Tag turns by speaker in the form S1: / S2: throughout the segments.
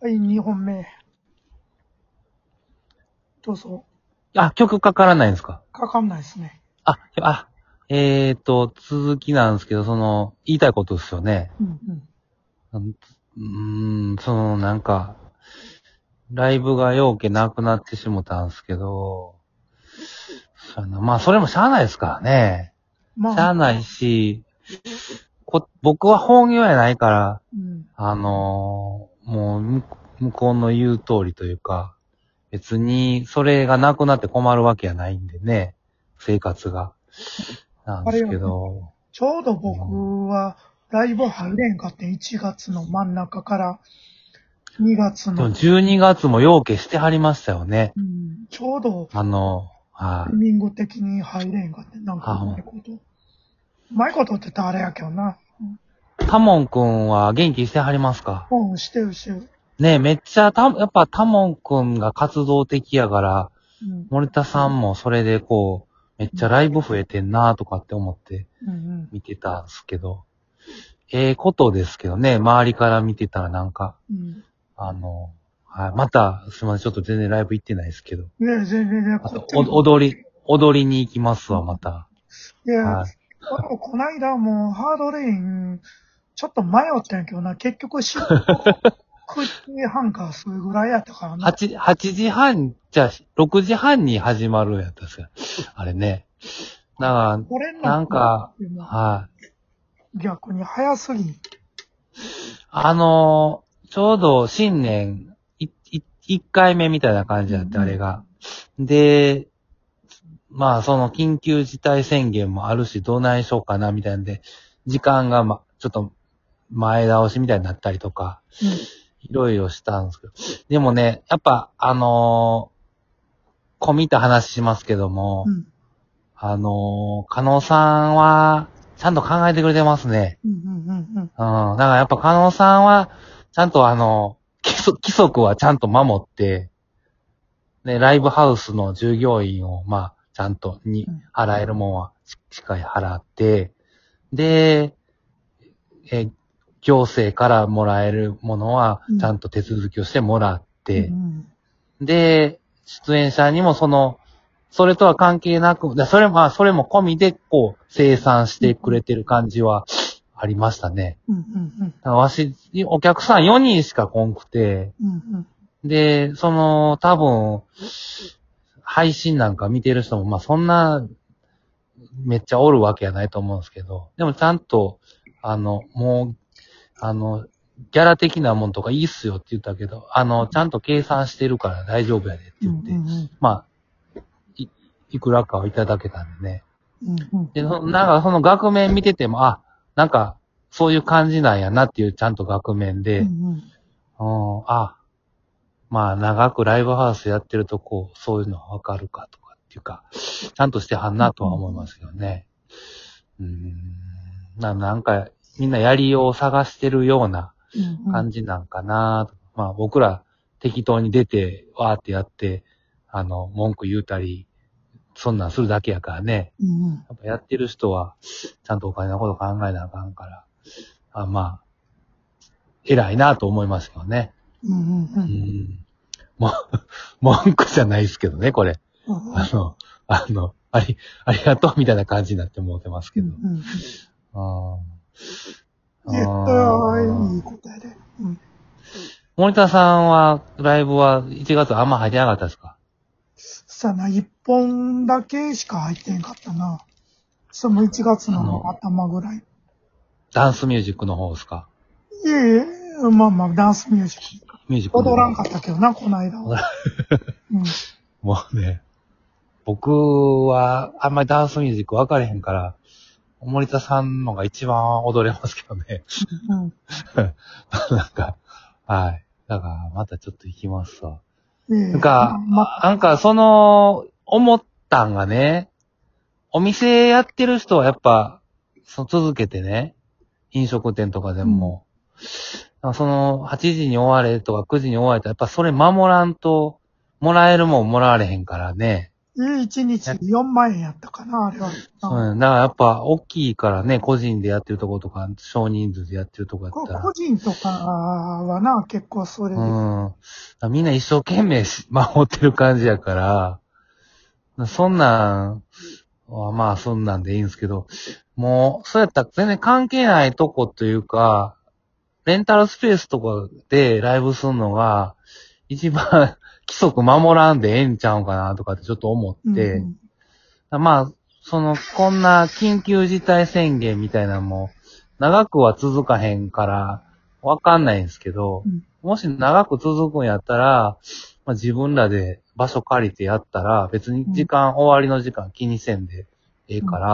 S1: はい、2本目。どうぞ。
S2: あ、曲かからないんですか
S1: かかんないですね。
S2: あ、あ、えーと、続きなんですけど、その、言いたいことですよね。
S1: うんうん。
S2: うーん、その、なんか、ライブがようけなくなってしもたんですけど、そうやなまあ、それもしゃあないですからね。
S1: ま
S2: しゃあないし、こ僕は本業やないから、
S1: うん。
S2: あのーもう向こ、向こうの言う通りというか、別に、それがなくなって困るわけやないんでね、生活が。なんですけど、
S1: ちょうど僕はライブ入れんかって1月の真ん中から2月
S2: でも
S1: の、
S2: 12月もようけしてはりましたよね。
S1: うん、ちょうど
S2: あの、は
S1: タイ
S2: い。
S1: ミング的に入れんかって、なんかうまいこと。うまいことって言ったらあれやけどな。
S2: タモンくんは元気してはりますか
S1: うん、してるしてる。
S2: ねえ、めっちゃた、やっぱタモンくんが活動的やから、
S1: うん。
S2: 森田さんもそれでこう、めっちゃライブ増えてんなとかって思って
S1: うんうん。
S2: 見てたんですけど、ええことですけどね、周りから見てたらなんか、
S1: うん。
S2: あの、はい。また、すいません、ちょっと全然ライブ行ってないですけど、
S1: いや、全然ね、
S2: あ
S1: ことっ、ち
S2: お
S1: も
S2: 踊り、踊りに行きますわ、また。
S1: いや、
S2: はい。
S1: あのこないだもうハードレイン、ちょっと迷ったんやけどな、結局仕事9時半かそれぐらいやったからな。
S2: 8、8時半、じゃあ、6時半に始まるやったっすよ。あれね。だか
S1: 俺の
S2: ら、なんか、
S1: でも
S2: はい。
S1: 逆に早すぎん。
S2: あのーちょうど新年、い、い、1回目みたいな感じだって、
S1: うん
S2: あれが。で、まあ、その緊急事態宣言もあるし、どないしようかな、みたいなんで、時間が、ま、ちょっと、前倒しみたいになったりとか、いろいろしたんですけど。でもね、やっぱ、あのー、込みた話しますけども、
S1: うん。うん。
S2: あのー、加納さんは、ちゃんと考えてくれてますね。
S1: うんうんうんうん。
S2: うん。だからやっぱ加納さんは、ちゃんとあの、規則規則はちゃんと守って、ね、ライブハウスの従業員を、まあ、ちゃんとに
S1: うん、
S2: 払えるもんは、ししっかり払って、で、え、行政からもらえるものは
S1: うん、
S2: ちゃんと手続きをしてもらって、
S1: うん
S2: で、出演者にもその、それとは関係なく、でそれも、まあ、それも込みで、こう、生産してくれてる感じはありましたね。
S1: うんうん
S2: だからわし、お客さん4人しか来んくて、
S1: うんうん
S2: で、その、多分、配信なんか見てる人も、まあ、そんな、めっちゃおるわけやないと思うんですけど、でもちゃんと、あの、もう、あの、ギャラ的なもんとかいいっすよって言ったけど、あの、ちゃんと計算してるから大丈夫やでって
S1: うんう
S2: 言って、
S1: ん
S2: まあ、い、いくらかをいただけたんでね。
S1: うんうん
S2: で、そなんかその額面見てても、あ、なんか、そういう感じなんやなっていうちゃんと額面で、
S1: う
S2: うん、
S1: ん
S2: あ、まあ長くライブハウスやってるとこう、そういうのわかるかとかっていうか、ちゃんとしてはんなとは思いますよね。うーん、ななんか、みんなやりようを探してるような
S1: うん
S2: 感じなんかな、とまあ僕ら適当に出て、わーってやって、あの、文句言うたり、そんなんするだけやからね。
S1: うんうん
S2: やっぱやってる人は、ちゃんとお金のこと考えなあかんから、あまあ、偉いなと思いますけどね。
S1: うんう
S2: うんん。もう、 文句じゃないですけどね、これ。
S1: うん
S2: あの、あの、あり、ありがとうみたいな感じになって思ってますけど。うん。
S1: うん絶
S2: うん
S1: 対いい答えで。うん
S2: 森田さんは、ライブは1月あんま入ってなかったですか
S1: さあな、一本だけしか入ってんかったな。その1月の頭ぐらい。
S2: ダンスミュージックの方ですか
S1: いえいえ、まあまあ、ダンスミュージック。
S2: ミュージックの方
S1: 踊らんかったけどな、この間 は。うん。
S2: もうね、僕はあんまりダンスミュージック分かれへんから、森田さんのが一番踊れますけどね。
S1: うん
S2: なんか、はい。だから、またちょっと行きますわ。
S1: ええ
S2: なんか、
S1: ま、
S2: なんか、その、思ったんがね、お店やってる人はやっぱ、その続けてね、飲食店とかでも、なんかその、8時に終われとか9時に終われとか、やっぱそれ守らんと、もらえるもんもらわれへんからね。
S1: 1日4万円やったかな、あれは。
S2: そうやね。だからやっぱ大きいからね、個人でやってるとことか、少人数でやってるとこや
S1: こ
S2: ったら
S1: 個。人とかはな、結構それ
S2: う
S1: で。
S2: ん。だからみんな一生懸命し守ってる感じやから、そんなんはまあそんなんでいいんですけど、もう、そうやったら全然関係ないとこというか、レンタルスペースとかでライブするのが、一番 規則守らんでええんちゃうかなとかってちょっと思
S1: う
S2: っ
S1: ん
S2: て、まあ、その、こんな緊急事態宣言みたいなのも、長くは続かへんから、わかんないんですけど
S1: うん、
S2: もし長く続くんやったら、まあ、自分らで場所借りてやったら、別に時間、終わりの時間気にせんでええから、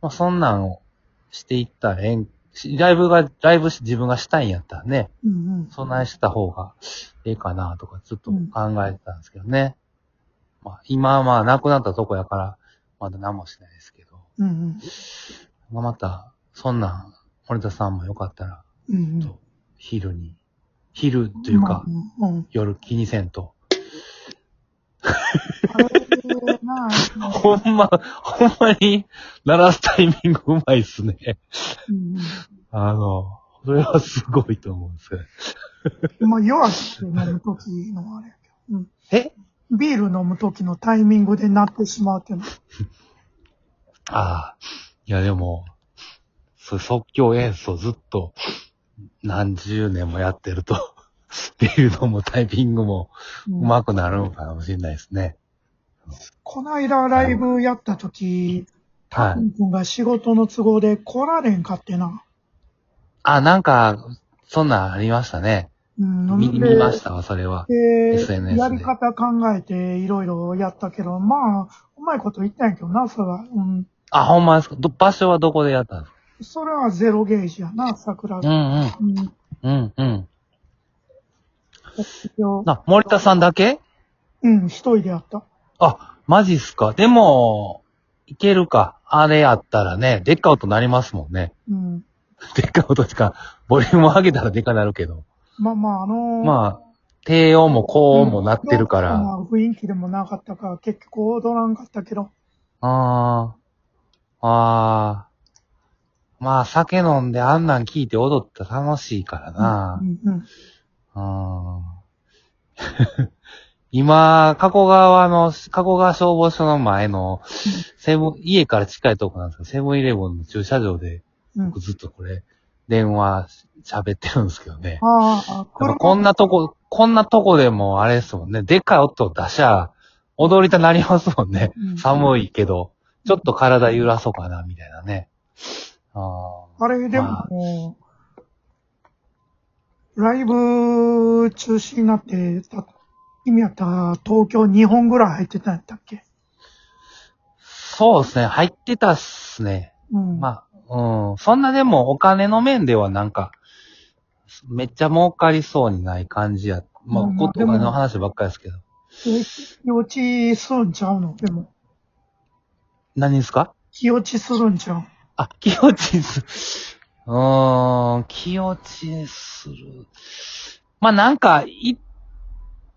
S2: まあ、そんなんをしていったらええん、しライブが、ライブし自分がしたいんやったらね、
S1: うんうん。
S2: そんなんした方がええかなとか、ちょっと考えてたんですけどね。まあ、今はまあ、亡くなったとこやから、まだ何もしないですけど。
S1: うんうん。
S2: まあ、また、そんなん、森田さんもよかったら、
S1: うんうん
S2: と昼に、昼というか、
S1: まあうん。
S2: 夜気にせんと。
S1: あれな、
S2: ほんま、ほんまに、鳴らすタイミングうまいっすね。
S1: うん
S2: あの、それはすごいと思うんですけど。
S1: うん。まあ、夜明け飲むときのあれやけど。うん。
S2: え
S1: ビール飲むときのタイミングでなってしまうっていうの。
S2: ああ、いやでも、そう即興演奏ずっと何十年もやってると、 ビールのもタイピングも
S1: うん
S2: 上手くなるのかもしれないですね。
S1: こないだライブやったとき、
S2: は
S1: く
S2: い。
S1: んくんが仕事の都合で来られんかってな。
S2: あ、なんか、そんなんありましたね。
S1: うん、
S2: 見見ましたわ、それは。
S1: で
S2: SNS で
S1: やり方考えていろいろやったけど、まあ、うまいこと言ったんやけどな、それは。うん。
S2: あ、ほんまですかど場所はどこでやったんですか
S1: それはゼロゲージやな、桜。
S2: う
S1: うんん。
S2: うん。うんうん。
S1: 卒業
S2: な、森田さんだけ
S1: うん、一人でやった。
S2: あ、マジっすか。でも、いけるか。あれやったらね、デッカウトなりますもんね。
S1: うん。
S2: でっかい音しか、ボリューム上げたらでかなるけど。
S1: まあまあ、あのー
S2: まあ、低音も高音もなってるから。
S1: まあ雰囲気でもなかったから、結局踊らんかったけど。
S2: ああ。ああ。まあ、酒飲んであんなん聞いて踊ったら楽しいからな
S1: う。ん、うん。
S2: うん。今、加古川の、加古川消防署の前の、セブン、家から近いとこなんですけど、セブンイレブンの駐車場で、
S1: うん
S2: 僕。ずっとこれ、電話し喋ってるんですけどね。
S1: ああ、
S2: やっぱこんなとこ、こんなとこでもあれですもんね。でっかい音を出しゃ、踊りたなりますもんね。
S1: うん
S2: 寒いけど、ちょっと体揺らそうかな、みたいなね。あ
S1: あれで
S2: まあ
S1: も、ライブ中止になってた、意味やったら東京2本ぐらい入ってたんやったっけ
S2: そうですね。入ってたっすね。
S1: うん。
S2: まあ、うん。そんなでもお金の面ではなんか、めっちゃ儲かりそうにない感じや。まあ、
S1: うんまあ
S2: お金の話ばっかりですけど。
S1: え気落ちするんちゃうのでも。
S2: 何ですか
S1: 気落ちするんちゃう
S2: あ、気落ちす。うーん、気落ちする。まあ、なんか、い、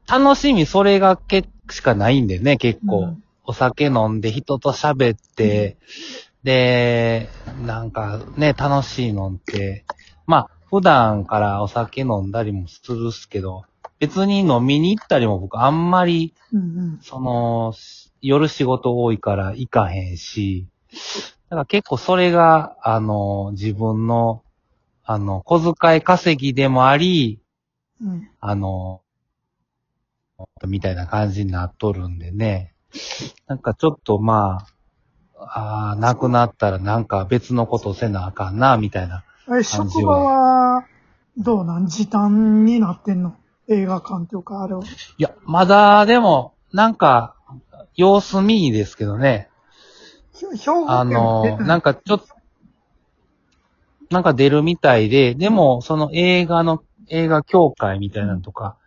S2: 楽しみ、それがけ、しかないんでね、結構。
S1: うん
S2: お酒飲んで、人と喋って、で、なんかね、楽しいのって、まあ、普段からお酒飲んだりもするっすけど、別に飲みに行ったりも僕あんまり、
S1: うんうん。
S2: その、し夜仕事多いから行かへんし、だから結構それが、あの、自分の、あの、小遣い稼ぎでもあり、
S1: うん。
S2: あの、みたいな感じになっとるんでね。なんかちょっとまあ、ああ、なくなったらなんか別のことせなあかんな、みたいな。
S1: あれ、職場は、どうなん時短になってんの映画館というか、あれは。
S2: いや、まだでも、なんか、様子見ですけどね。
S1: ひ兵庫県
S2: あの、なん
S1: か、
S2: かちょっと、なんか出るみたいで、でも、その映画の、映画協会みたいなのとか、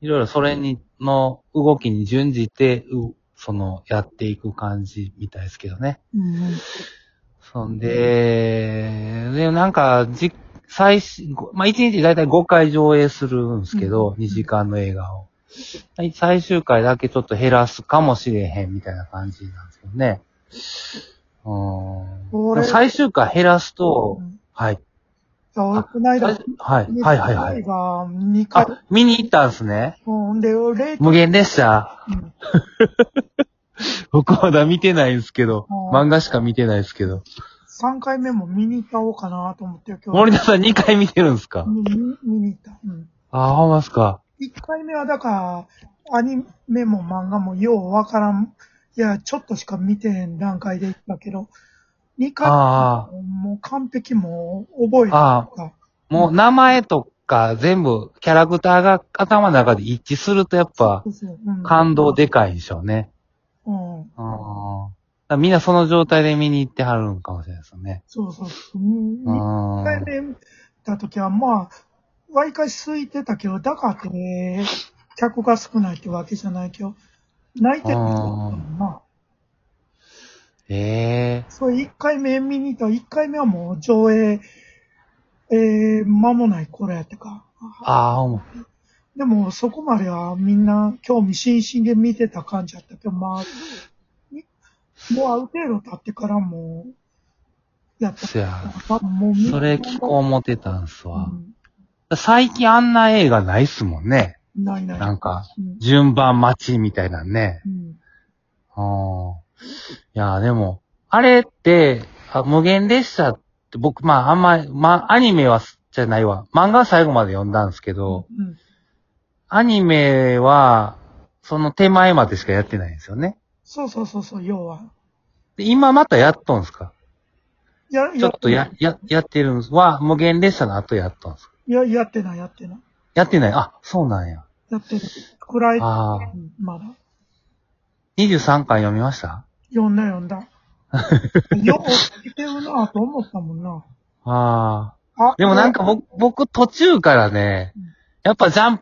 S2: いろいろそれに、の動きに準じて、うその、やっていく感じみたいですけどね。
S1: うんうん。
S2: そんで、で、なんか、じ、最新、ごまあ、1日だいたい5回上映するんですけど、
S1: うん
S2: 2時間の映画を。はい最終回だけちょっと減らすかもしれへんみたいな感じなんですよね。うー
S1: 俺
S2: ん。最終回減らすと
S1: う、ん
S2: はい。
S1: いや、俺、こないだ
S2: 最、はい、はい、はい、はい。
S1: が2回、
S2: あ、見に行ったんすね。
S1: うん、で、俺、
S2: 無限列車。
S1: うん
S2: 僕まだ見てないんですけど
S1: うん、
S2: 漫画しか見てないですけど。
S1: 3回目も見に行ったおうかなと思って、今
S2: 森
S1: 日。
S2: 田さん2回見てるんですか
S1: 見に見に行った。うん。
S2: あ、ほんまっすか。
S1: 1回目はだから、アニメも漫画もようわからん。いや、ちょっとしか見てへん段階で行ったけど、2回目
S2: あ
S1: もう完璧もう覚えて
S2: あ
S1: た。
S2: もう名前とか全部キャラクターが頭の中で一致するとやっぱ
S1: そうそううん
S2: 感動でかいでしょうね。
S1: うん。
S2: うん。だからみんなその状態で見に行ってはるんかもしれないですよね。
S1: そうそうそう。うん
S2: う
S1: 一回
S2: ん。
S1: 目見た時は、まあ、わりかし空いてたけど、だからってね、客が少ないってわけじゃないけど、泣いてる人だったもんな。
S2: ええ
S1: そう、一回目見に行った、一回目はもう上映、えー、間もない頃やってか。
S2: ああ、ほんま。
S1: でも、そこまではみんな興味津々で見てた感じやったけど、まあ、みもうある程度経ってからもう、やった
S2: そや。
S1: から、もうみんな
S2: それ聞こう思ってたんす
S1: う
S2: わ。
S1: ん。
S2: 最近あんな映画ないっすもんね。
S1: ないない。
S2: なんか、
S1: うん
S2: 順番待ちみたいなんね。
S1: うん。
S2: ああ。いや、でも、あれって、あ無限列車って僕、まあ、あんま、まあ、アニメは、じゃないわ。漫画は最後まで読んだんですけど、
S1: うん。
S2: アニメは、その手前までしかやってないんですよね。
S1: そうそうそうそう、要は。
S2: で今またやっとんすか
S1: や、
S2: ちょっとや
S1: て、
S2: や、やってるんです。は、無限列車の後やっとんすか
S1: ないや、やってない、やってない。
S2: やってない。あ、そうなんや。
S1: やってる。暗い。
S2: ああ。
S1: うんまだ。
S2: 23巻読みました
S1: 読んだ、読ん だ。よう起きてるなと思ったもんな。
S2: ああ。
S1: あ
S2: でもなんか、僕、僕途中からね、やっぱジャン